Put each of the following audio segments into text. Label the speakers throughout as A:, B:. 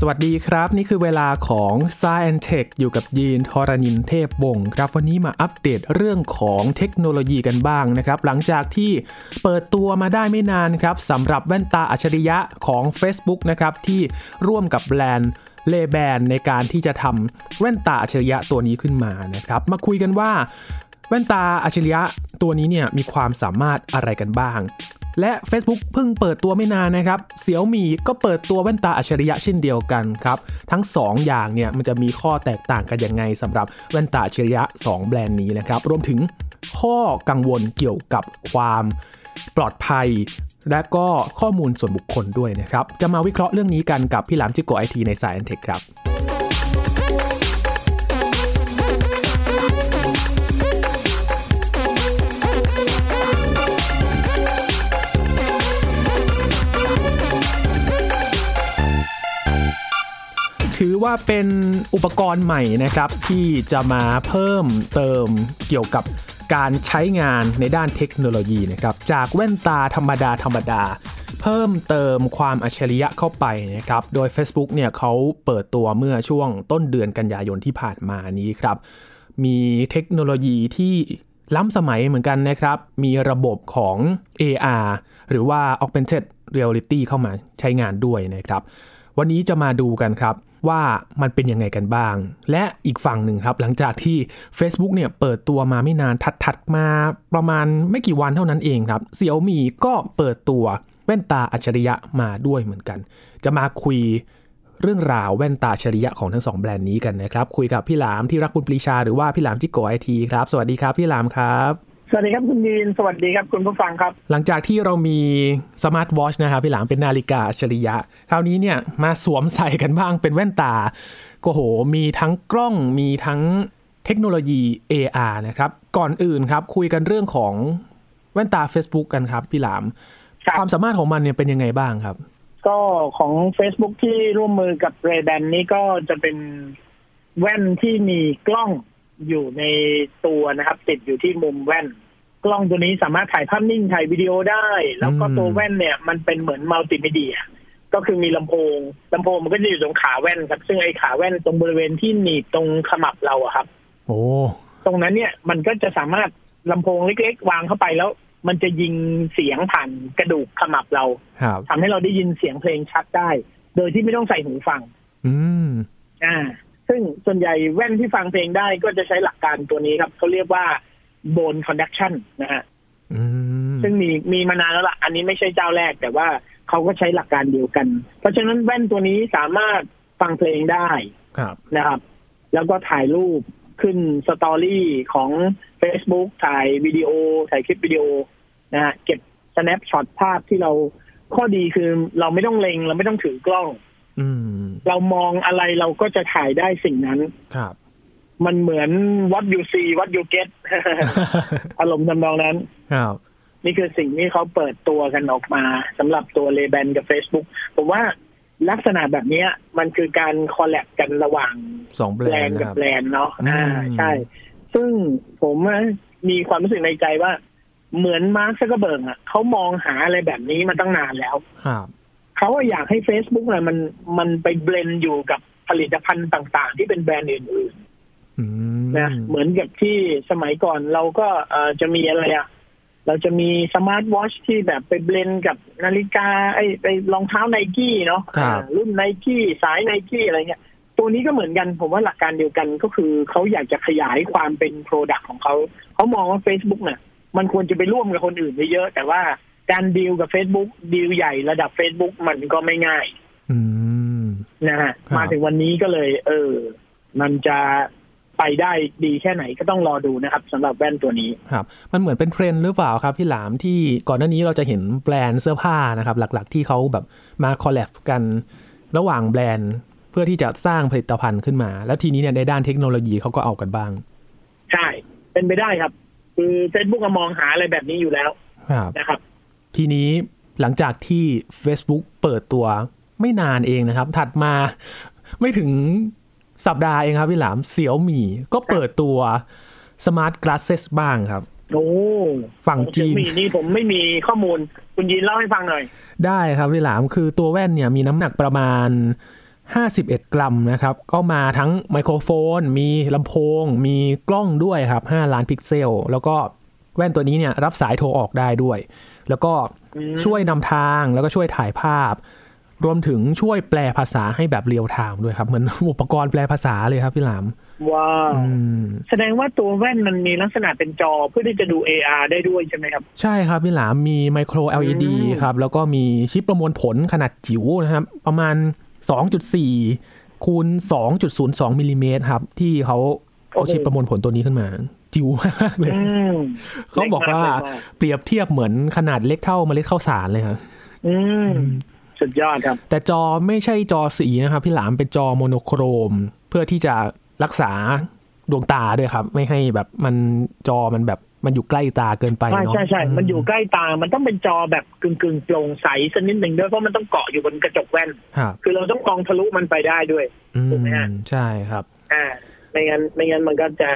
A: สวัสดีครับ นี่คือเวลาของ s c i e n t e c h อยู่กับยีนทรณินเทพวงศ์ครับ วันนี้มาอัปเดตเรื่องของเทคโนโลยีกันบ้างนะครับ หลังจากที่เปิดตัวมาได้ไม่นานครับสำหรับแว่นตาอัจฉริยะของ Facebook นะครับ ที่ร่วมกับแบรนด์เลแบนในการที่จะทำแว่นตาอัจฉริยะตัวนี้ขึ้นมานะครับ มาคุยกันว่า แว่นตาอัจฉริยะตัวนี้เนี่ยมีความสามารถอะไรกันบ้าง และ Facebook เพิ่งเปิดตัวไม่นานนะครับ เสี่ยวมีก็เปิดตัวแว่นตาอัจฉริยะเช่นเดียวกันครับ ทั้ง 2 อย่างเนี่ยมันจะมีข้อแตกต่างกันยังไงสำหรับแว่นตาอัจฉริยะ 2 แบรนด์นี้นะครับ รวมถึงข้อกังวลเกี่ยวกับความปลอดภัย และก็ข้อมูลส่วนบุคคลด้วยนะครับ จะมาวิเคราะห์เรื่องนี้กันกับพี่หลามจิโกไอทีในสายอันเทคครับ ถือว่าเป็นอุปกรณ์ใหม่นะครับ ที่จะมาเพิ่มเติมเกี่ยวกับการใช้งานในด้านเทคโนโลยีนะครับ จากแว่นตาธรรมดาธรรมดา เพิ่มเติมความอัจฉริยะเข้าไปนะครับ โดย Facebook เนี่ยเขาเปิดตัวเมื่อช่วงต้นเดือนกันยายนที่ผ่านมานี้ครับ มีเทคโนโลยีที่ล้ำสมัยเหมือนกันนะครับ มีระบบของ AR หรือว่า Augmented Reality เข้ามาใช้งานด้วยนะครับ วันนี้จะมาดูกันครับว่ามันเป็นยังไงกันบ้าง และอีกฝั่งหนึ่งครับหลังจากที่ Facebook เนี่ยเปิดตัวมาไม่นานถัดๆมาประมาณไม่กี่วันเท่านั้นเองครับเสี่ยวมีก็เปิดตัวแว่นตาอัจฉริยะมาด้วยเหมือนกัน จะมาคุย เรื่องราวแว่นตาอัจฉริยะของทั้งสองแบรนด์นี้กันนะครับ คุยกับพี่หลามที่รักบุญปรีชาหรือว่าพี่หลามจิโกไอทีครับ สวัสดีครับพี่หลามครับ
B: สวัสดีครับคุณดีนสวัสดีครับคุณผู้ฟังครับ
A: หลังจากที่เรามีสมาร์ทวอชนะครับพี่หลามเป็นนาฬิกาอัจฉริยะ คราวนี้เนี่ยมาสวมใส่กันบ้างเป็นแว่นตาก็โห มีทั้งกล้องมีทั้งเทคโนโลยี AR นะครับ ก่อนอื่นครับ คุยกันเรื่องของแว่นตา Facebook กันครับพี่หลาม
B: ครับ
A: ความสามารถของมันเนี่ยเป็นยังไงบ้างครับ
B: ก็ของ Facebook ที่ร่วมมือกับ r a y b a n นี้ก็จะเป็นแว่นที่มีกล้องอยู่ในตัวนะครับ ติดอยู่ที่มุมแว่น กล้องตัวนี้สามารถถ่ายภาพนิ่งถ่ายวิดีโอได้ แล้วก็
A: อืม
B: ตัวแว่นเนี่ยมันเป็นเหมือนมัลติมีเดีย ก็คือมีลำโพงลำโพงมันก็จะอยู่ตรงขาแว่นครับ ซึ่งไอ้ขาแว่นตรงบริเวณที่หนีบตรงขมับเราอะครับ
A: โอ้
B: ตรงนั้นเนี่ยมันก็จะสามารถลำโพงเล็ก ๆ วางเข้าไปแล้ว มันจะยิงเสียงผ่านกระดูกขมับเรา
A: ครับ
B: ทำให้เราได้ยินเสียงเพลงชัดได้ โดยที่ไม่ต้องใส่หูฟัง
A: อืม
B: อ่า ซึ่งส่วนใหญ่แว่นที่ฟังเพลงได้ก็จะใช้หลักการตัวนี้ครับ เขาเรียกว่า bone conduction นะฮะ
A: อืม
B: ซึ่งมีมีมานานแล้วล่ะ อันนี้ไม่ใช่เจ้าแรก แต่ว่าเขาก็ใช้หลักการเดียวกัน เพราะฉะนั้นแว่นตัวนี้สามารถฟังเพลงได้
A: ครับ
B: นะครับ แล้วก็ถ่ายรูปขึ้นสตอรี่ของ Facebook ถ่ายวิดีโอ ถ่ายคลิปวิดีโอนะฮะ เก็บ snapshot ภาพที่เราข้อดีคือเราไม่ต้องเล็ง เราไม่ต้องถือกล้อง
A: อืม
B: เรามองอะไรเราก็จะถ่ายได้สิ่งนั้น
A: ครับ
B: มันเหมือน what you see what you get อารมณ์ทำนองนั้น
A: ครับ
B: นี่คือสิ่งที่เขาเปิดตัวกันออกมาสำหรับตัวเลแบนกับ Facebook ผมว่าลักษณะแบบเนี้ยมันคือการคอลแลบกันระหว่าง
A: สองแบร
B: แบร
A: น
B: น
A: ด์
B: ด์
A: นะ
B: กับ
A: ครับ
B: แบรนด์เนาะ อ่า
A: อืม
B: ใช่ ซึ่งผมอะมีความรู้สึกในใจว่า เหมือนมาร์คซักเบิร์กอะเขามองหาอะไรแบบนี้มาตั้งนานแล้ว
A: ครับ
B: เขาอะอยากให้ Facebook น่ะมันมันไปเบลนด์อยู่กับผลิตภัณฑ์ต่าง ๆ ที่เป็นแบรนด์อื่น
A: อืม
B: ๆนะเหมือนกับที่สมัยก่อนเราก็เอ่อจะมีอะไรอะเราจะมีสมาร์ทวอชที่แบบไปเบลนด์กับนาฬิกาไอ้ไปรองเท้าไนกี้เนาะอ่ารุ่นไนกี้สายไนกี้อะไรเงี้ยตัวนี้ก็เหมือนกันผมว่าหลักการเดียวกันก็คือเขาอยากจะขยายความเป็นโปรดักต์ของเขาเขามองว่า Facebook เนี่ยมันควรจะไปร่วมกับคนอื่นเยอะๆแต่ว่าการดีลกับ Facebook ดีลใหญ่ระดับ Facebook มันก็ไม่ง่าย
A: อืม
B: นะฮะ
A: ครับ
B: มาถึงวันนี้ก็เลย เออ มันจะไปได้ดีแค่ไหนก็ต้องรอดูนะครับสำหรับแว่นตัวนี้
A: ครับ มันเหมือนเป็นเทรนด์หรือเปล่าครับพี่หลามที่ก่อนหน้านี้เราจะเห็นแบรนด์เสื้อผ้านะครับ หลักๆ ที่เขาแบบมาคอลแลบกันระหว่างแบรนด์ เพื่อที่จะสร้างผลิตภัณฑ์ขึ้นมา แล้วทีนี้เนี่ยในด้านเทคโนโลยีเขาก็เอากันบ้าง
B: ใช่ เป็นไปได้ครับ คือ Facebook อะมองหาอะไรแบบนี้อยู่แล้ว
A: ครับ
B: นะครับ
A: ทีนี้หลังจากที่ Facebook เปิดตัวไม่นานเองนะครับ ถัดมาไม่ถึงสัปดาห์เองครับพี่หลามเสี่ยวหมี่ก็เปิดตัว Smart Glasses บ้างครับ
B: โอ้
A: ฝั่งจีน
B: มีนี่ผมไม่มีข้อมูล คุณยีนเล่าให้ฟังหน่อย
A: ได้ครับพี่หลามคือตัวแว่นเนี่ยมีน้ำหนักประมาณ 51 กรัมนะครับ ก็มาทั้งไมโครโฟน มีลำโพง มีกล้องด้วยครับ 5 ล้านพิกเซล แล้วก็แว่นตัวนี้เนี่ยรับสายโทรออกได้ด้วย แล้วก็ช่วยนำทางแล้วก็ช่วยถ่ายภาพ รวมถึงช่วยแปลภาษาให้แบบเรียลไทม์ด้วยครับ เหมือน อุปกรณ์แปลภาษาเลยครับพี่หลาม
B: ว้าว
A: อืม
B: แสดงว่าตัวแว่นมันมีลักษณะเป็นจอเพื่อที่จะดู AR ได้ด้วยใช่ไหมครับ
A: ใช่ครับพี่หลามมีไมโคร LED
B: อืม
A: ครับ แล้วก็มีชิปประมวลผลขนาดจิ๋วนะครับ ประมาณ 2.4คูณ2.02มิลลิเมตรครับ ที่เขาเอาชิปประมวลผลตัวนี้ขึ้นมา จิ๋วมากเลย
B: อืม
A: เขาบอกว่า
B: เล็มเล็มก
A: เปรียบเทียบเหมือนขนาดเล็กเท่าเมล็ดข้าวสารเลยครับ
B: อืม สุดยอดครับ
A: แต่จอไม่ใช่จอสีนะครับ พี่หลามเป็นจอโมโนโครม เพื่อที่จะรักษาดวงตาด้วยครับ ไม่ให้แบบมันจอมันแบบมันอยู่ใกล้ตาเกินไป
B: ใช่
A: เนาะ
B: ใช่ใช่มันอยู่ใกล้ตา มันต้องเป็นจอแบบกึ่งกึ่งๆโปร่งใสสักนิดหนึ่งด้วยเพราะมันต้องเกาะอยู่บนกระจกแว่น
A: ครับ
B: คือเราต้องมองทะลุมันไปได้ด้วย
A: อื
B: ถูกไหมฮะ
A: มใช่ครับ
B: อ่า ไม่งั้นไม่งั้นมันก็จะ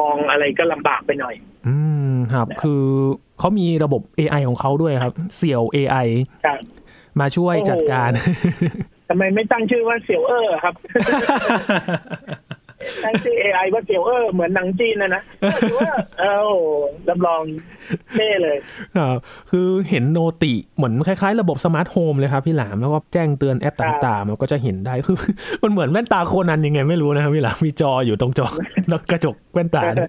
B: มองอะไรก็ลำบากไปหน่อย
A: อืมครับคือเขามีระบบ AI ของเขาด้วยครับ เสี่ยว AI
B: ครับ
A: มาช่วยจัดการ
B: ทำไมไม่ตั้งชื่อว่าเสี่ยวเออร์ครับ ตั้งชื่อ AI ว่าเสี่ยวเออร์เหมือนหนังจีนนะนะเสี่ยวเออร์เอารับรองเท่เลย
A: ครับคือเห็นโนติเหมือนคล้ายๆ ระบบสมาร์ทโฮมเลยครับพี่หลาม แล้วก็แจ้งเตือนแอปต่างๆ มันก็จะเห็นได้ คือ มันเหมือนแว่นตาโคนันยังไงไม่รู้นะครับพี่หลาม มีจออยู่ตรงจอ แล้วกระจกแว่นตาเนี่ย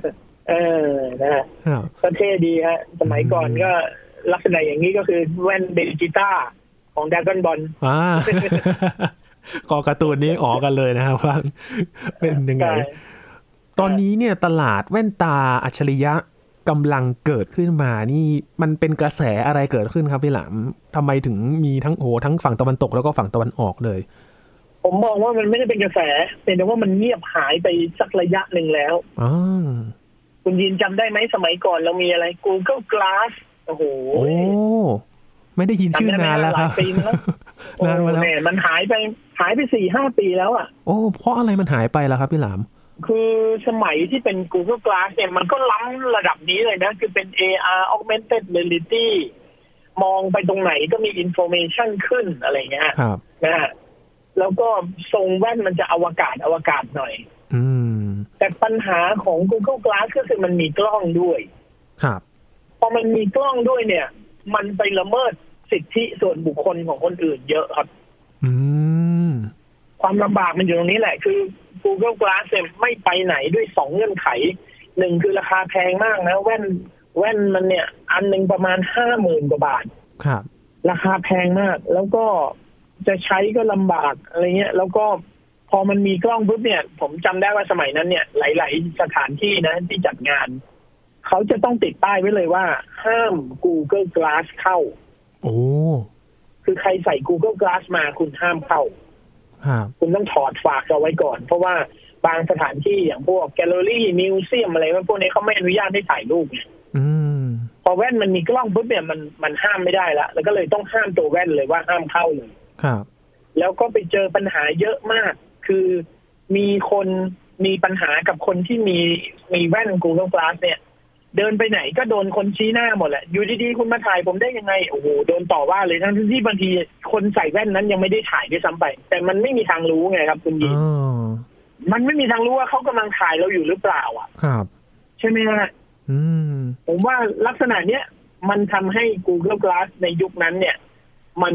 B: เออนะฮะ
A: ครับ
B: ก็เท่ดีฮะ สมัยก่อนก็ลักษณะอย่างนี้ก็คือแว่นเบนจิต้าของด a ก o n นบอล
A: อ่า กอการ์ตูนนี้ออกกันเลยนะครับว่าเป็นยังไง ตอนนี้เนี่ยตลาดแว่นตาอัจฉริยะกำลังเกิดขึ้นมานี่มันเป็นกระแสอะไรเกิดขึ้นครับพี่หลามทำไมถึงมีทั้งโอ้โหทั้งฝั่งตะวันตกแล้วก็ฝั่งตะวันออกเลย
B: ผมมองว่ามันไม่ได้เป็นกระแสเป็นแต่ว่ามันเงียบหายไปสักระยะหนึ่งแล้ว
A: อ๋อ
B: คุณยินจำได้ไหมสมัยก่อนเรามีอะไร Google Glass โอ้โห
A: โอ้ ไม่ได้ยินชื่อนานแล้วครับ
B: จำได้ไหมหลายปีแล้ว
A: นานมาแล้ว
B: โอ้โหเนี่ยมันหายไปหายไปสี่ห้าปีแล้วอ่ะ
A: โอ้ เพราะอะไรมันหายไปล่ะครับพี่หลาม
B: คือสมัยที่เป็น Google Glass เนี่ยมันก็ล้ำระดับนี้เลยนะ คือเป็น AR augmented reality มองไปตรงไหนก็มี information ขึ้นอะไรเงี้ย
A: ครับ
B: นะฮะแล้วก็ทรงแว่นมันจะอวกาศอวกาศหน่อย
A: อืม
B: แต่ปัญหาของ Google Glass ก็คือมันมีกล้องด้วย
A: ครับ
B: พอมันมีกล้องด้วยเนี่ย มันไปละเมิดสิทธิส่วนบุคคลของคนอื่นเยอะครับ
A: อืม
B: ความลำบากมันอยู่ตรงนี้แหละ คือ Google Glass เนี่ยไม่ไปไหนด้วยสองเงื่อนไขหนึ่งคือราคาแพงมากนะ แว่นแว่นมันเนี่ย อันหนึ่งประมาณห้าหมื่นกว่าบาท
A: ครับ
B: ราคาแพงมาก แล้วก็จะใช้ก็ลำบากอะไรเงี้ย แล้วก็พอมันมีกล้องปุ๊บเนี่ย ผมจำได้ว่าสมัยนั้นเนี่ย หลาย ๆ สถานที่นะ ที่จัดงาน เขาจะต้องติดป้ายไว้เลยว่า ห้าม Google Glass เข้า
A: โอ้
B: คือใครใส่ Google Glass มาคุณห้ามเข้า
A: ครับ
B: คุณต้องถอดฝากเอาไว้ก่อน เพราะว่าบางสถานที่อย่างพวกแกลเลอรี่มิวเซียมอะไรพวกนี้เขาไม่อนุญาตให้ถ่ายรูปไง
A: อืม
B: พอแว่นมันมีกล้องปุ๊บเนี่ยมันมันห้ามไม่ได้ละแล้วก็เลยต้องห้ามตัวแว่นเลยว่าห้ามเข้าเลย
A: ครับ
B: แล้วก็ไปเจอปัญหาเยอะมาก คือมีคนมีปัญหากับคนที่มีมีแว่น Google Glass เนี่ย เดินไปไหนก็โดนคนชี้หน้าหมดแหละ อยู่ดีๆคุณมาถ่ายผมได้ยังไง โอ้โห โดนต่อว่าเลยทั้งที่บางทีคนใส่แว่นนั้นยังไม่ได้ถ่ายด้วยซ้ำไป แต่มันไม่มีทางรู้ไงครับคุณยิ
A: อ๋
B: น
A: อ
B: มันไม่มีทางรู้ว่าเขากำลังถ่ายเราอยู่หรือเปล่า อ่ะ
A: ครับ
B: ใช่ไหมฮะ
A: อืม
B: ผมว่าลักษณะเนี้ยมันทำให้ Google Glass ในยุคนั้นเนี่ย มัน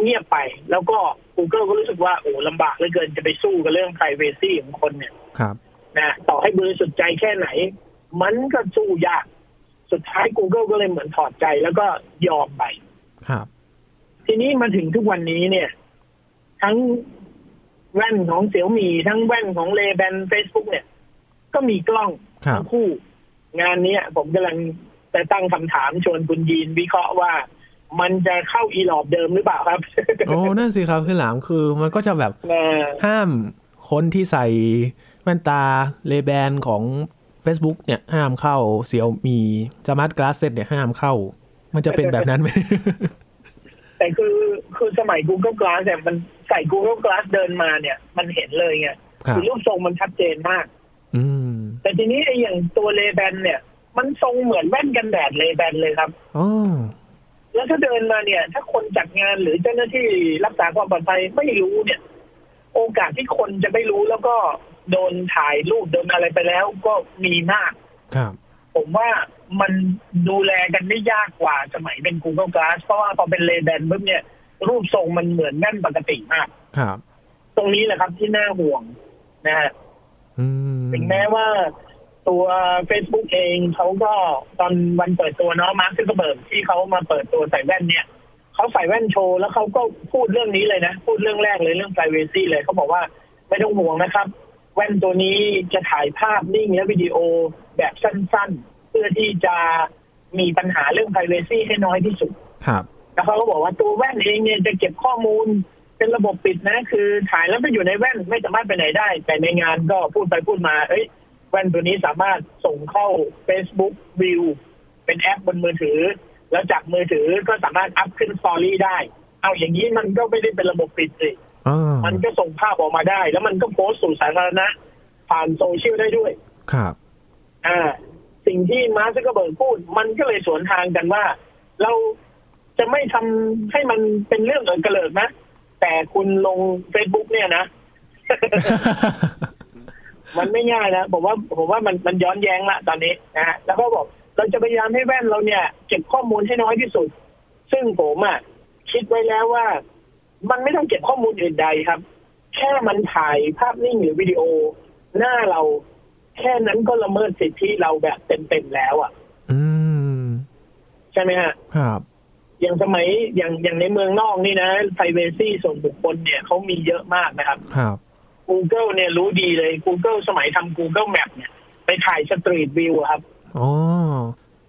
B: เงียบไป แล้วก็ Google ก็รู้สึกว่าโอ้ลำบากเหลือเกินจะไปสู้กับเรื่อง p r i เวซีของคนเนี่ย
A: ครับ
B: นะต่อให้บริสุทธิ์ใจแค่ไหน มันก็สู้ยาก สุดท้าย Google ก็เลยเหมือนถอดใจแล้วก็ยอมไป
A: ครับ
B: ทีนี้มาถึงทุกวันนี้เนี่ย ทั้งแว่นของเสี่ยวมีทั้งแว่นของเลแบน Facebook เนี่ย ก็มีกล้อง
A: ครับ
B: ทั้งคู่ งานเนี้ยผมกำลังจะตั้งคำถามชวนคุณยีนวิเคราะห์ว่า มันจะเข้าอีหลอบเดิมหรือเปล่าครับ
A: โอ้ นั่นสิครับพี่หลาม คือมันก็จะแบบ
B: นะ
A: ห้ามคนที่ใส่แว่นตาเลแบนของ Facebook เนี่ยห้ามเข้าเสียวมีสมาร์ทกลาสเซ็ตเนี่ยห้ามเข้า มันจะเป็นแบบนั้นไหม
B: แต่คือคือสมัย Google Glass เนี่ยมันใส่ Google Glass เดินมาเนี่ย มันเห็นเลยไง
A: ครับ
B: รูปทรงมันชัดเจนมาก
A: อืม
B: แต่ทีนี้ไอ้อย่างตัวเลแบนเนี่ย มันทรงเหมือนแว่นกันแดดเลแบนเลยครับ
A: อ๋อ
B: แล้วถ้าเดินมาเนี่ย ถ้าคนจัดงานหรือเจ้าหน้าที่รักษาความปลอดภัยไม่รู้เนี่ย โอกาสที่คนจะไม่รู้แล้วก็โดนถ่ายรูปโดนอะไรไปแล้วก็มีมาก
A: ครับ
B: ผมว่ามันดูแลกันได้ยากกว่าสมัยเป็น Google Glass เพราะว่าพอเป็นเลแดนปุ๊บเนี่ย รูปทรงมันเหมือนแน่นปกติมาก
A: ครับ
B: ตรงนี้แหละครับที่น่าห่วงนะฮะ
A: อืม
B: ถึงแม้ว่าตัว Facebook เองเขาก็ตอนวันเปิดตัวเนาะมาร์คซิกเบิร์กที่เขามาเปิดตัวใส่แว่นเนี่ยเขาใส่แว่นโชว์แล้วเขาก็พูดเรื่องนี้เลยนะ พูดเรื่องแรกเลยเรื่อง p r i เวซีเลยเขาบอกว่าไม่ต้องห่วงนะครับ แว่นตัวนี้จะถ่ายภาพนิ่งและวิดีโอแบบสั้นๆ เพื่อที่จะมีปัญหาเรื่อง p r i เวซีให้น้อยที่สุด
A: ครับ
B: แล้วเขาก็บอกว่าตัวแว่นเองเนี่ยจะเก็บข้อมูลเป็นระบบปิดนะ คือถ่ายแล้วไปอยู่ในแว่นไม่สามารถไปไหนได้ แต่ในงานก็พูดไปพูดมาเอ้ยแว่นตัวนี้สามารถส่งเข้า Facebook View เป็นแอปบนมือถือ แล้วจากมือถือก็สามารถอัพขึ้นสตอรี่ได้ เอาอย่างนี้มันก็ไม่ได้เป็นระบบปิดสิ
A: อ่า
B: มันก็ส่งภาพออกมาได้ แล้วมันก็โพสต์สู่สาธารณะ ผ่านโซเชียลได้ด้วย
A: ครับ
B: อ่าสิ่งที่มาร์คซักเกอร์เบิร์กพูด มันก็เลยสวนทางกันว่า เราจะไม่ทำให้มันเป็นเรื่องเอิกระเลิกนะ แต่คุณลง Facebook เนี่ยนะ มันไม่ง่ายนะผมว่าผมว่ามันมันย้อนแย้งละตอนนี้นะฮะแล้วก็บอกเราจะพยายามให้แว่นเราเนี่ย เก็บข้อมูลให้น้อยที่สุด ซึ่งผมอ่ะคิดไว้แล้วว่า มันไม่ต้องเก็บข้อมูลอื่นใดครับ แค่มันถ่ายภาพนิ่งหรือวิดีโอ หน้าเราแค่นั้นก็ละเมิดสิทธิเราแบบเต็มๆแล้วอ่ะ
A: อืม
B: ใช่ไหมฮะ
A: ครับ
B: อย่างสมัยอย่างอย่างในเมืองนอกนี่นะ p r i เวซีส่วนบุคคลเนี่ยเขามีเยอะมากนะครับ
A: ครับ
B: Google เนี่ยรู้ดีเลย Google สมัยทำ Google Map เนี่ย ไปถ่ายสตรีทวิวครับ
A: อ๋อ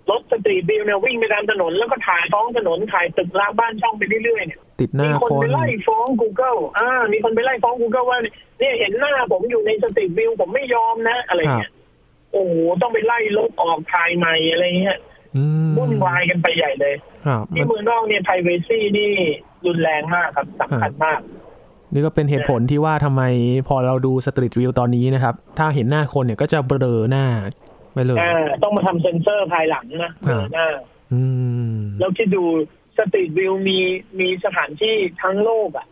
B: รถสตรีทวิวเนี่ยวิ่งไปตามถนน แล้วก็ถ่ายท้องถนน ถ่ายตึกรามบ้านช่องไปเรื่อยๆเนี่ย
A: ติดหน้า
B: มีคน
A: คน
B: ไปไล่ฟ้อง Google อ่า มีคนไปไล่ฟ้อง Google ว่าเนี่ยเห็นหน้าผมอยู่ในสตรีทวิวผมไม่ยอมนะ อะไรเงี้ยโอ้โหต้องไปไล่ลบออกถ่ายใหม่อะไรเงี้ย
A: อืม
B: วุ่นวายกันไปใหญ่เลย
A: ครับมั
B: ที่
A: น
B: เมืองนอกเนี่ย privacy นี่รุนแรงมากครับสำคัญมาก
A: นี่ก็เป็นเหตุผลที่ว่าทำไมพอเราดูสตรีทวิวตอนนี้นะครับ ถ้าเห็นหน้าคนเนี่ยก็จะเบลอหน้าไปเลย
B: อ่า ต้องมาทำเซ็นเซอร์ภายหลังนะ
A: อ่า
B: หน้า
A: อืม
B: แล้วคิดดูสตรีทวิวมีมีสถานที่ทั้งโลกอ่ะ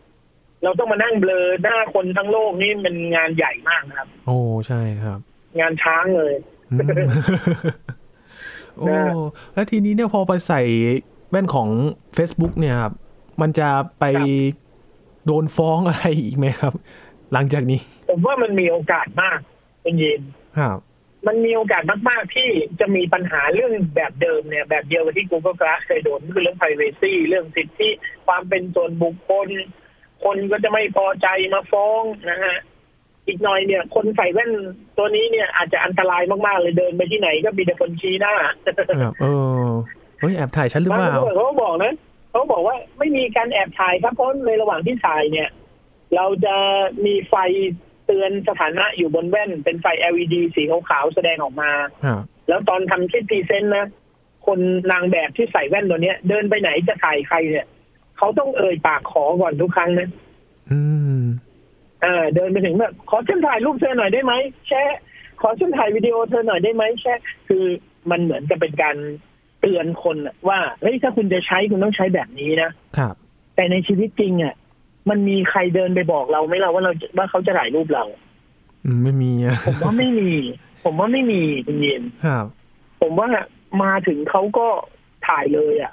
B: เราต้องมานั่งเบลอหน้าคนทั้งโลกนี่เป็นงานใหญ่มากนะครับ
A: โอ้ ใช่ครับ
B: งานช้างเลย
A: อื มโอ้ แล้วทีนี้เนี่ยพอไปใส่แว่นของ Facebook เนี่ยครับ มันจะไป
B: ครับ
A: โดนฟ้องอะไรอีกไหมครับ หลังจากนี้
B: ผมว่ามันมีโอกาสมากคุณยิน
A: ครับ
B: มันมีโอกาสมากๆที่จะมีปัญหาเรื่องแบบเดิมเนี่ย แบบเดียวกับที่ Google Glass เคยโดนคือเรื่อง privacy เรื่องสิทธิความเป็นส่วนบุคคล คนก็จะไม่พอใจมาฟ้องนะฮะ อีกหน่อยเนี่ย คนใส่แว่นตัวนี้เนี่ยอาจจะอันตรายมากๆเลยเดินไปที่ไหนก็มีแต่คนชี้หน้า
A: ครับเออเฮ้ยแอบถ่ายฉันหรือเปล่า
B: บงตำรวจเขาก็บอกนะเขาบอกว่าไม่มีการแอบถ่ายครับเพราะในระหว่างที่ถ่ายเนี่ย เราจะมีไฟเตือนสถานะอยู่บนแว่น เป็นไฟ LED สีขาวๆแสดงออกมา
A: ครับ
B: แล้วตอนทำคลิปพรีเซนต์นะ คนนางแบบที่ใส่แว่นตัวเนี้ย เดินไปไหนจะถ่ายใครเนี่ยเขาต้องเอ่ยปากขอก่อนทุกครั้งนะ
A: อืม
B: เออเดินไปถึงแบบขอฉันถ่ายรูปเธอหน่อยได้ไหมแชะขอฉันถ่ายวิดีโอเธอหน่อยได้ไหมแชะคือมันเหมือนจะเป็นการเตือนคนน่ะว่าเฮ้ยถ้าคุณจะใช้คุณต้องใช้แบบนี้นะ
A: ครับ
B: แต่ในชีวิตจริงอ่ะมันมีใครเดินไปบอกเราไหมเราว่าเราว่าเขาจะถ่ายรูปเรา
A: อืม ไม่มีอะ
B: ผมว่าไม่มี ผมว่าไม่มีคุณเย็น
A: ครับ
B: ผมว่ามาถึงเขาก็ถ่ายเลยอ่ะ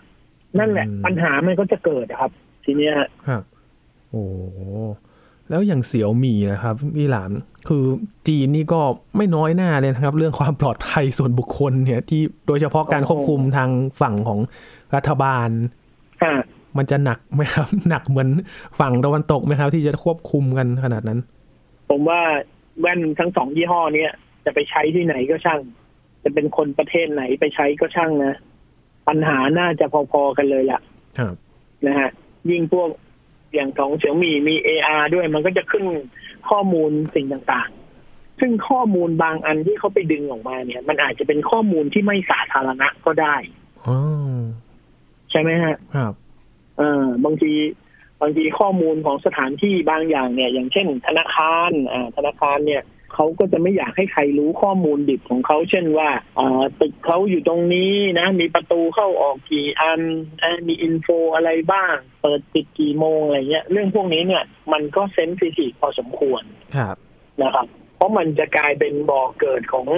B: นั่นแหละ
A: อืม
B: ปัญหามันก็จะเกิดอะครับ ทีเนี้ยฮะ
A: ครับโอ้โหแล้วอย่างเสี่ยวหมี่นะครับพี่หลานคือจีนนี่ก็ไม่น้อยหน้าเลยนะครับ เรื่องความปลอดภัยส่วนบุคคลเนี่ยที่โดยเฉพาะการควบคุมทางฝั่งของรัฐบาล
B: อ่ะ
A: มันจะหนักไหมครับ หนักเหมือนฝั่งตะวันตกไหมครับ ที่จะควบคุมกันขนาดนั้น
B: ผมว่าแว่นทั้งสองยี่ห้อเนี้ยจะไปใช้ที่ไหนก็ช่าง จะเป็นคนประเทศไหนไปใช้ก็ช่างนะ ปัญหาน่าจะพอๆกันเลยล่ะ
A: ครับ
B: นะฮะยิ่งพวกอย่างของเสี่ยมีมี AR ด้วยมันก็จะขึ้นข้อมูลสิ่งต่างๆ ซึ่งข้อมูลบางอันที่เขาไปดึงออกมาเนี่ย มันอาจจะเป็นข้อมูลที่ไม่สาธารณะก็ได้
A: อ๋อ
B: ใช่ไหมฮะ
A: ครับ
B: เออบางทีบางทีข้อมูลของสถานที่บางอย่างเนี่ย อย่างเช่น ธนาคารอ่าธนาคารเนี่ย เขาก็จะไม่อยากให้ใครรู้ข้อมูลดิบของเขา เช่นว่าเอ่อตึกเขาอยู่ตรงนี้นะ มีประตูเข้าออกกี่อันเอ่อมีอินโฟอะไรบ้าง เปิดปิดกี่โมงอะไรเงี้ย เรื่องพวกนี้เนี่ย มันก็เซนซิทีฟพอสมควร
A: ครับ
B: นะครับ เพราะมันจะกลายเป็นบ่อเกิดของ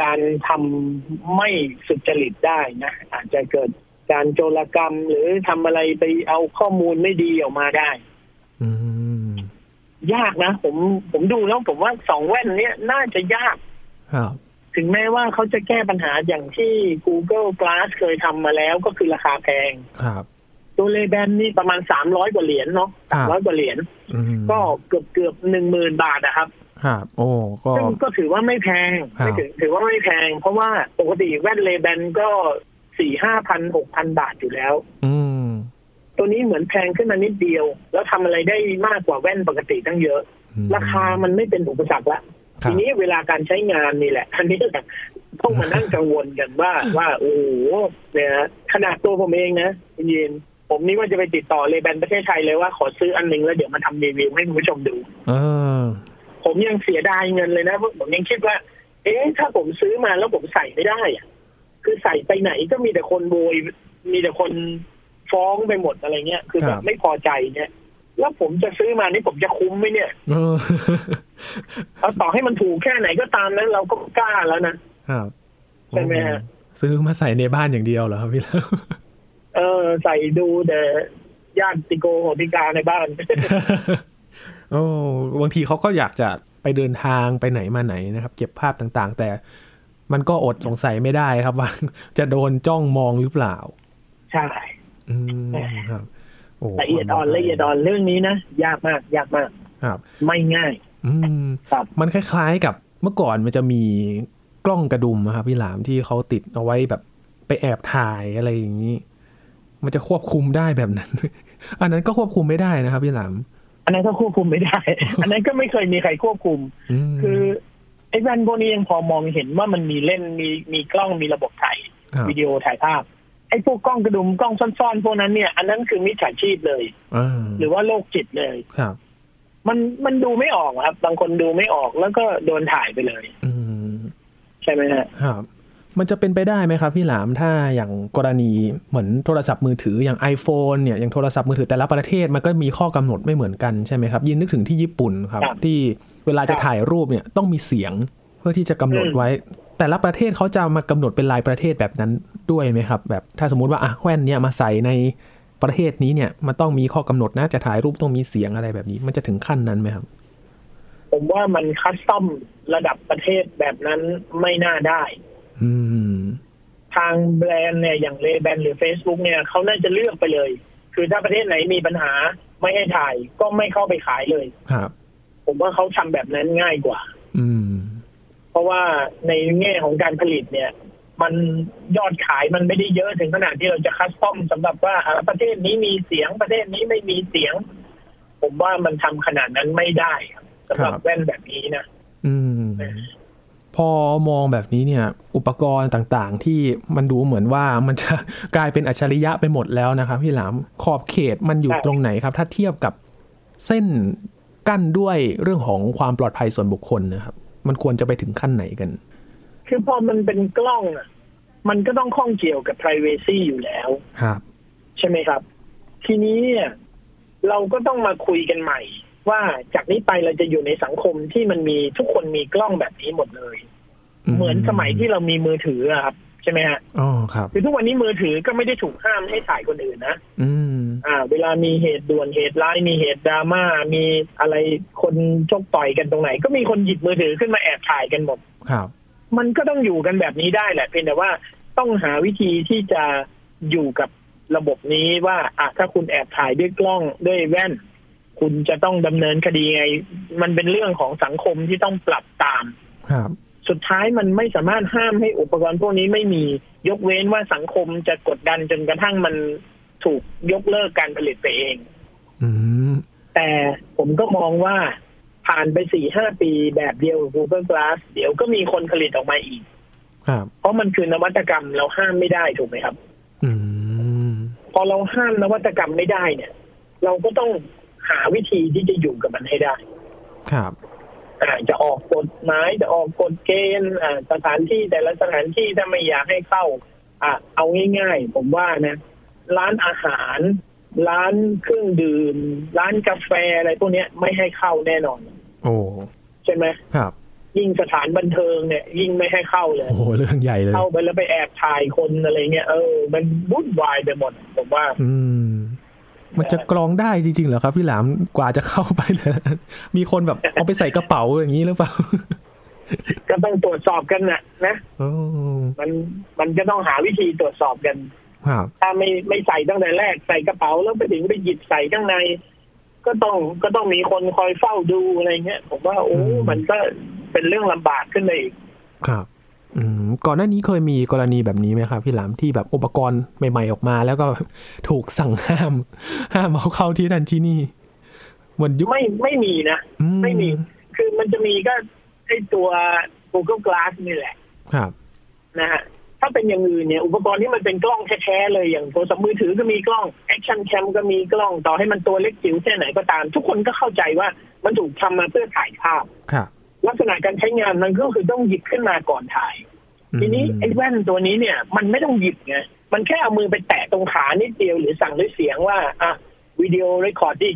B: การทำไม่สุจริตได้นะ อาจจะเกิดการโจรกรรมหรือทำอะไรไปเอาข้อมูลไม่ดีออกมาได้
A: อืม
B: ยากนะ ผมผมดูแล้วผมว่าสองแว่นเนี้ยน่าจะยาก
A: ครับ
B: ถึงแม้ว่าเขาจะแก้ปัญหาอย่างที่ Google Glass เคยทำมาแล้วก็คือราคาแพง
A: ครับ
B: ตัวเลแบนนี่ประมาณสามร้อยกว่าเหรียญเนาะ
A: ครับ
B: ร้อยกว่าเหรียญ
A: อืม
B: ก็เกือบเกือบหนึ่งหมื่นบาทนะครับ
A: ครับ โอ้ก็
B: ซึ่งก็ถือว่าไม่แพง
A: ครับ
B: ไม่ถือถือว่าไม่แพง เพราะว่าปกติแว่นเลแบนก็สี่ห้าพันหกพันบาทอยู่แล้ว
A: อืม
B: ตัวนี้เหมือนแพงขึ้นมานิดเดียว แล้วทำอะไรได้มากกว่าแว่นปกติตั้งเยอะ
A: อืม
B: ราคามันไม่เป็นอุปสรรคละ
A: ครับ
B: ทีนี้เวลาการใช้งานนี่แหละอันนี้แหละต้องมานั่งกังวลกันว่า ว่าโอ้โหเนี่ยนะขนาดตัวผมเองนะคุณยินผมนี่ว่าจะไปติดต่อเลแบนประเทศไทยเลยว่าขอซื้ออันหนึงแล้วเดี๋ยวมาทำรีวิวให้คุณผู้ชมดู
A: เออ
B: ผมยังเสียดายเงินเลยนะเพราะผมยังคิดว่า เอ๊ะถ้าผมซื้อมาแล้วผมใส่ไม่ได้อะคือใส่ไปไหนก็มีแต่คนโวย มีแต่คนฟ้องไปหมดอะไรเงี้ย คือแบ
A: ครับ บ
B: ไม่พอใจเนี่ย แล้วผมจะซื้อมานี่ผมจะคุ้มไหมเนี่ย
A: เออ
B: เอาต่อให้มันถูกแค่ไหนก็ตามนะเราก็กล้าแล้วนะ
A: ครับ
B: ใช่ไหมฮะ
A: ซื้อมาใส่ในบ้านอย่างเดียวเหรอครับพี่เลิฟ
B: เออ ใส่ดูแต่ญาติโกโหติกาในบ้าน
A: โอ้บางทีเขาก็อยากจะไปเดินทางไปไหนมาไหนนะครับ เก็บภาพต่างๆ แต่มันก็อดสงสัยไม่ได้ครับ ว่า จะโดนจ้องมองหรือเปล่า
B: ใช่
A: อืมครับโอ้
B: ละเอียดอ่อนละเอียดอ่อนเรื่องนี้นะยากมาก ยากมาก
A: ครับ
B: ไม่ง่าย
A: อืม
B: ครับ
A: มันคล้ายๆกับเมื่อก่อนมันจะมีกล้องกระดุมอะครับพี่หลามที่เขาติดเอาไว้แบบไปแอบถ่ายอะไรอย่างนี้ มันจะควบคุมได้แบบนั้น อันนั้นก็ควบคุมไม่ได้นะครับพี่หลาม
B: อันนั้นก็ควบคุมไม่ได้ อันนั้นก็ไม่เคยมีใครควบคุม
A: ม
B: คือไอ้แว่นพวกนี้ยังพอมองเห็นว่ามันมีเล่นมีมีกล้องมีระบบถ่าย
A: ครับ
B: วิดีโอถ่ายภาพ ไอ้พวกกล้องกระดุมกล้องซ่อนๆพวกนั้นเนี่ยอันนั้นคือมิจฉาชีพเลย
A: อ่า
B: หรือว่าโรคจิตเลย
A: ครับ
B: มันมันดูไม่ออกครับ บางคนดูไม่ออกแล้วก็โดนถ่ายไปเลย
A: อืม
B: ใช่ไหมฮะ
A: ครับมันจะเป็นไปได้ไหมครับพี่หลามถ้าอย่างกรณีเหมือนโทรศัพท์มือถืออย่าง iPhone เนี่ยอย่างโทรศัพท์มือถือแต่ละประเทศมันก็มีข้อกำหนดไม่เหมือนกันใช่ไหมครับ ยินนึกถึงที่ญี่ปุ่นครับ ที่เวลาจะถ่ายรูปเนี่ยต้องมีเสียงเพื่อที่จะกำหนดไว้ แต่ละประเทศเขาจะมากำหนดเป็นรายประเทศแบบนั้นด้วยไหมครับ แบบถ้าสมมติว่าอ่ะแว่นเนี่ยมาใส่ในประเทศนี้เนี่ยมันต้องมีข้อกำหนดนะจะถ่ายรูปต้องมีเสียงอะไรแบบนี้ มันจะถึงขั้นนั้นไหมครับ
B: ผมว่ามันคัสตอมระดับประเทศแบบนั้นไม่น่าได้
A: อืม
B: ทางแบรนด์เนี่ยอย่างเลแบนหรือ Facebook เนี่ยเขาน่าจะเลือกไปเลย คือถ้าประเทศไหนมีปัญหาไม่ให้ถ่ายก็ไม่เข้าไปขายเลย
A: ครับ
B: ผมว่าเขาทำแบบนั้นง่ายกว่า
A: อืม
B: เพราะว่าในแง่ของการผลิตเนี่ย มันยอดขายมันไม่ได้เยอะถึงขนาดที่เราจะคัสตอมสำหรับว่าอ่าประเทศนี้มีเสียงประเทศนี้ไม่มีเสียง ผมว่ามันทำขนาดนั้นไม่ได้ครับสำหรับแว่นแบบนี้นะ
A: อืม พอมองแบบนี้เนี่ยอุปกรณ์ต่างๆ ที่มันดูเหมือนว่ามันจะ กลายเป็นอัจฉริยะไปหมดแล้วนะครับพี่หลามขอบเขตมันอยู่
B: ใช่
A: ตรงไหนครับ ถ้าเทียบกับเส้นกั้นด้วยเรื่องของความปลอดภัยส่วนบุคคลนะครับ มันควรจะไปถึงขั้นไหนกัน
B: คือพอมันเป็นกล้องอ่ะมันก็ต้องข้องเกี่ยวกับ p r i เวซีอยู่แล้ว
A: ครับ
B: ใช่ไหมครับ ทีนี้เนี่ยเราก็ต้องมาคุยกันใหม่ ว่าจากนี้ไปเราจะอยู่ในสังคมที่มันมีทุกคนมีกล้องแบบนี้หมดเลย เหมือนสมัยที่เรามีมือถืออะครับใช่ไหมฮะ
A: อ๋อครับ
B: คือทุกวันนี้มือถือก็ไม่ได้ถูกห้ามให้ถ่ายคนอื่นนะ
A: อืม
B: อ่า เวลามีเหตุด่วนเหตุร้ายมีเหตุดราม่ามีอะไรคนชกต่อยกันตรงไหน ก็มีคนหยิบมือถือขึ้นมาแอบถ่ายกันหมด
A: ครับ
B: มันก็ต้องอยู่กันแบบนี้ได้แหละเพียงแต่ว่าต้องหาวิธีที่จะอยู่กับระบบนี้ว่าอ่ะถ้าคุณแอบถ่ายด้วยกล้องด้วยแว่น คุณจะต้องดำเนินคดีไง มันเป็นเรื่องของสังคมที่ต้องปรับตาม
A: ครับ
B: สุดท้ายมันไม่สามารถห้ามให้อุปกรณ์พวกนี้ไม่มียกเว้นว่าสังคมจะกดดันจนกระทั่งมันถูกยกเลิกการผลิตไปเอง
A: อืม
B: แต่ผมก็มองว่าผ่านไปสี่ห้าปีแบบเดียวกับ Google Glass เดี๋ยวก็มีคนผลิตออกมาอีก
A: ครับ
B: เพราะมันคือนวัตกรรมเราห้ามไม่ได้ถูกไหมครับ
A: อืม
B: พอเราห้ามนวัตกรรมไม่ได้เนี่ย เราก็ต้องหาวิธีที่จะอยู่กับมันให้ได้
A: ครับ
B: เอ อ่าจะออกกฎหมายจะออกกฎเกณฑ์อ่าสถานที่แต่ละสถานที่ถ้าไม่อยากให้เข้าอ่ะเอาง่ายๆ ผมว่านะ ร้านอาหาร ร้านเครื่องดื่ม ร้านกาแฟอะไรพวกเนี้ยไม่ให้เข้าแน่นอน
A: โอ้
B: ใช่ไหม
A: ครับ
B: ยิ่งสถานบันเทิงเนี่ย ยิ่งไม่ให้เข้าเลย
A: โอ้โหเรื่องใหญ่เลย
B: เข้าไปแล้วไปแอบถ่ายคนอะไรเงี้ยเออ มันวุ่นวายไปหมด ผมว่า
A: อืม มันจะกรองได้จริงๆเหรอครับ พี่หลามกว่าจะเข้าไปเลย มีคนแบบเอาไปใส่กระเป๋าอย่างนี้หรือเปล่า
B: ก็ต้องตรวจสอบกันนะนะ
A: โอ้
B: มันมันก็ต้องหาวิธีตรวจสอบกัน
A: ครับ
B: ถ้าไม่ไม่ใส่ตั้งแต่แรกใส่กระเป๋าแล้วไปถึงไปหยิบใส่ข้างใน ก็ต้องก็ต้องมีคนคอยเฝ้าดูอะไรเงี้ยผมว่าโอ้
A: อืม
B: มันก็เป็นเรื่องลำบากขึ้นไปอีก
A: ครับ อืม ก่อนหน้านี้เคยมีกรณีแบบนี้ไหมครับ พี่หลามที่แบบอุปกรณ์ใหม่ ๆออกมา แล้วก็ถูกสั่งห้าม ห้ามเอาเข้าที่นั่นที่นี่วันยุค
B: ไม่ไม่มีนะ
A: อื
B: ไม่มี คือมันจะมีก็ไอตัว Google Glass นี่แหละ
A: ครับ
B: นะฮะถ้าเป็นอย่างอื่นเนี่ย อุปกรณ์ที่มันเป็นกล้องแท้ๆเลยอย่างโทรศัพท์มือถือก็มีกล้อง Action Cam ก็มีกล้องต่อให้มันตัวเล็กจิ๋วแค่ไหนก็ตาม ทุกคนก็เข้าใจว่ามันถูกทำมาเพื่อถ่ายภาพ
A: ครับ
B: ลักษณะการใช้งานมันก็คือต้องหยิบขึ้นมาก่อนถ่าย
A: อืม
B: ทีนี้ไอ้แว่นตัวนี้เนี่ย มันไม่ต้องหยิบไง มันแค่เอามือไปแตะตรงขานิดเดียวหรือสั่งด้วยเสียงว่าอ่ะวิดีโอเรคคอร์ดิ้ง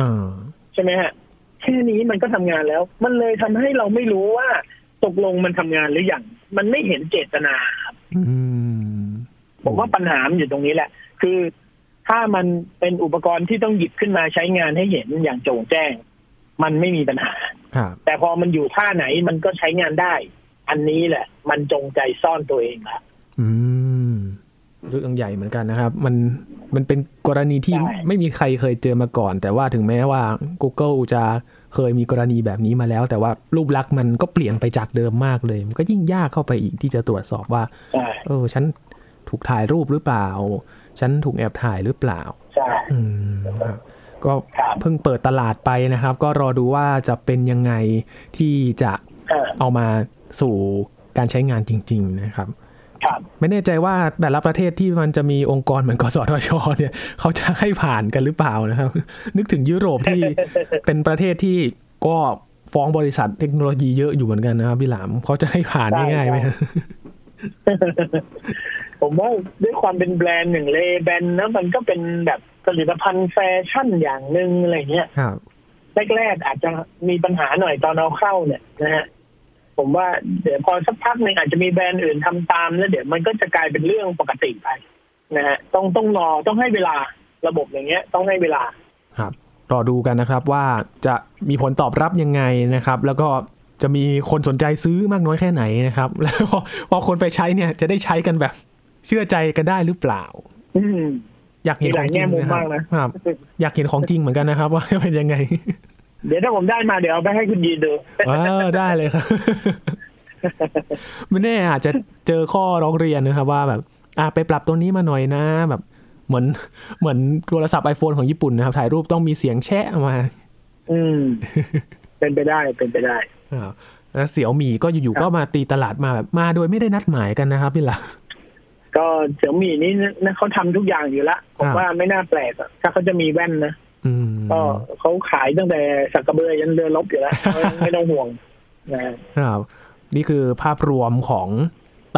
A: อ่า
B: ใช่ไหมฮะแค่นี้มันก็ทำงานแล้ว มันเลยทำให้เราไม่รู้ว่าตกลงมันทำงานหรือยังมันไม่เห็นเจตนาครับ
A: อืม
B: ผมว่าปัญหามันอยู่ตรงนี้แหละ คือถ้ามันเป็นอุปกรณ์ที่ต้องหยิบขึ้นมาใช้งานให้เห็นอย่างโจ่งแจ้ง มันไม่มีปัญหา
A: ครับ
B: แต่พอมันอยู่ท่าไหนมันก็ใช้งานได้ อันนี้แหละ มันจงใจซ่อนตัวเองละ
A: อืมเรื่องใหญ่เหมือนกันนะครับ มันมันเป็นกรณีที่
B: ใช่
A: ไม่มีใครเคยเจอมาก่อน แต่ว่าถึงแม้ว่า Google จะเคยมีกรณีแบบนี้มาแล้ว แต่ว่ารูปลักษณ์มันก็เปลี่ยนไปจากเดิมมากเลย มันก็ยิ่งยากเข้าไปอีกที่จะตรวจสอบว่า
B: ใช่
A: เออ ฉันถูกถ่ายรูปหรือเปล่า ฉันถูกแอบถ่ายหรือเปล่า
B: ใช่
A: อืมครับก็
B: ครับ
A: เพิ่งเปิดตลาดไปนะครับ ก็รอดูว่าจะเป็นยังไงที่จะ
B: เออ
A: เอามาสู่การใช้งานจริง ๆ นะครับ
B: ครับ
A: ไม่แน่ใจว่าแต่ละประเทศที่มันจะมีองค์กรเหมือนกสทช เนี่ย เขาจะให้ผ่านกันหรือเปล่านะครับ นึกถึงยุโรป ที่ เป็นประเทศที่ก็ฟ้องบริษัทเทคโนโลยีเยอะอยู่เหมือนกันนะครับพี่หลามเขาจะให้ผ่าน
B: ใช่
A: ง่ายๆไหมฮะ
B: ผมว่าด้วยความเป็นแบรนด์หนึ่งเลยแบรนด์นะมันก็เป็นแบบผลิตภัณฑ์แฟชั่นอย่างหนึ่งอะไรเงี้ย
A: ครับ
B: แรกๆอาจจะมีปัญหาหน่อยตอนเอาเข้าเนี่ยนะฮะผมว่าเดี๋ยวพอสักพักหนึ่งอาจจะมีแบรนด์อื่นทำตามแล้วเดี๋ยวมันก็จะกลายเป็นเรื่องปกติไปนะฮะต้องต้องรอต้องให้เวลาระบบอย่างเงี้ย ต้องให้เวลา
A: ครับรอดูกันนะครับว่าจะมีผลตอบรับยังไงนะครับ แล้วก็จะมีคนสนใจซื้อมากน้อยแค่ไหนนะครับ แล้วพอพอคนไปใช้เนี่ยจะได้ใช้กันแบบ เชื่อใจกันได้หรือเปล่า
B: อืม
A: อยากเห็นของจริง
B: มีห
A: นะค
B: ลายแง่มุม
A: รับ
B: มากนะ
A: ครับ อยากเห็นของจริงเหมือนกันนะครับ ว่าเป็นยังไง
B: เดี๋ยวถ้าผมได้มาเดี๋ยวเอาไปให้คุณยีนดู
A: เออได้เลยครับ ไม่แน่อาจจะเจอข้อร้องเรียนนะครับ ว่าแบบ อ่ะไปปรับตัวนี้มาหน่อยนะ แบบ เหมือนเหมือนโทรศัพท์ iPhone ของญี่ปุ่นนะครับ ถ่ายรูปต้องมีเสียงแชะมา
B: อืม เป็นไปได้เป็นไปได้
A: อ่าแล้วเสี่ยวหมีก็อยู่
B: ครั
A: ๆก็
B: บ
A: มาตีตลาดมาแบบมาโดยไม่ได้นัดหมายกันนะครับพี่หลา
B: ก็เสี่ยวมี่นี่นะเขาทำทุกอย่างอยู่ละผ
A: ค
B: ม
A: รับ
B: ว่าไม่น่าแปลกอะถ้าเขาจะมีแว่นนะ
A: อืม
B: ก็เขาขายตั้งแต่สักกระเบือยันเรือลบอยู่แล้ว ไม่ต้องห่วงนะครับ
A: นี่คือภาพรวมของ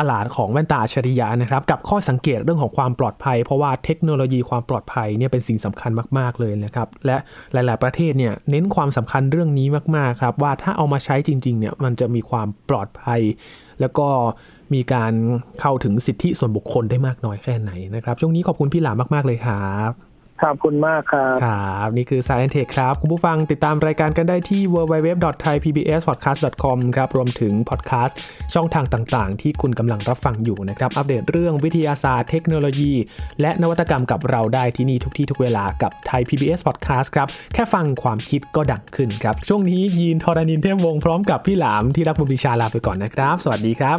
A: ตลาดของแว่นตาอัจฉริยะนะครับ กับข้อสังเกตเรื่องของความปลอดภัย เพราะว่าเทคโนโลยีความปลอดภัยเนี่ยเป็นสิ่งสำคัญมาก ๆ เลยนะครับ และหลาย ๆ ประเทศเนี่ยเน้นความสำคัญเรื่องนี้มาก ๆ ครับ ว่าถ้าเอามาใช้จริง ๆ เนี่ยมันจะมีความปลอดภัย แล้วก็มีการเข้าถึงสิทธิส่วนบุคคลได้มากน้อยแค่ไหนนะครับช่วงนี้ขอบคุณพี่หลามากๆเลยครับ
B: ขอบคุณมากครับ
A: ครับ นี่คือ Science Tech ครับ คุณผู้ฟังติดตามรายการกันได้ที่ www.thaipbspodcast.com ครับ รวมถึงพอดแคสต์ช่องทางต่างๆ ที่คุณกำลังรับฟังอยู่นะครับ อัปเดตเรื่องวิทยาศาสตร์เทคโนโลยี และนวัตกรรมกับเราได้ที่นี่ทุกที่ทุกเวลากับ Thai PBS Podcast ครับ แค่ฟังความคิดก็ดังขึ้นครับ ช่วงนี้ยีนทอรานินเทพวงศ์พร้อมกับพี่หลามที่รักบุญปรีชาลาไปก่อนนะครับ สวัสดีครับ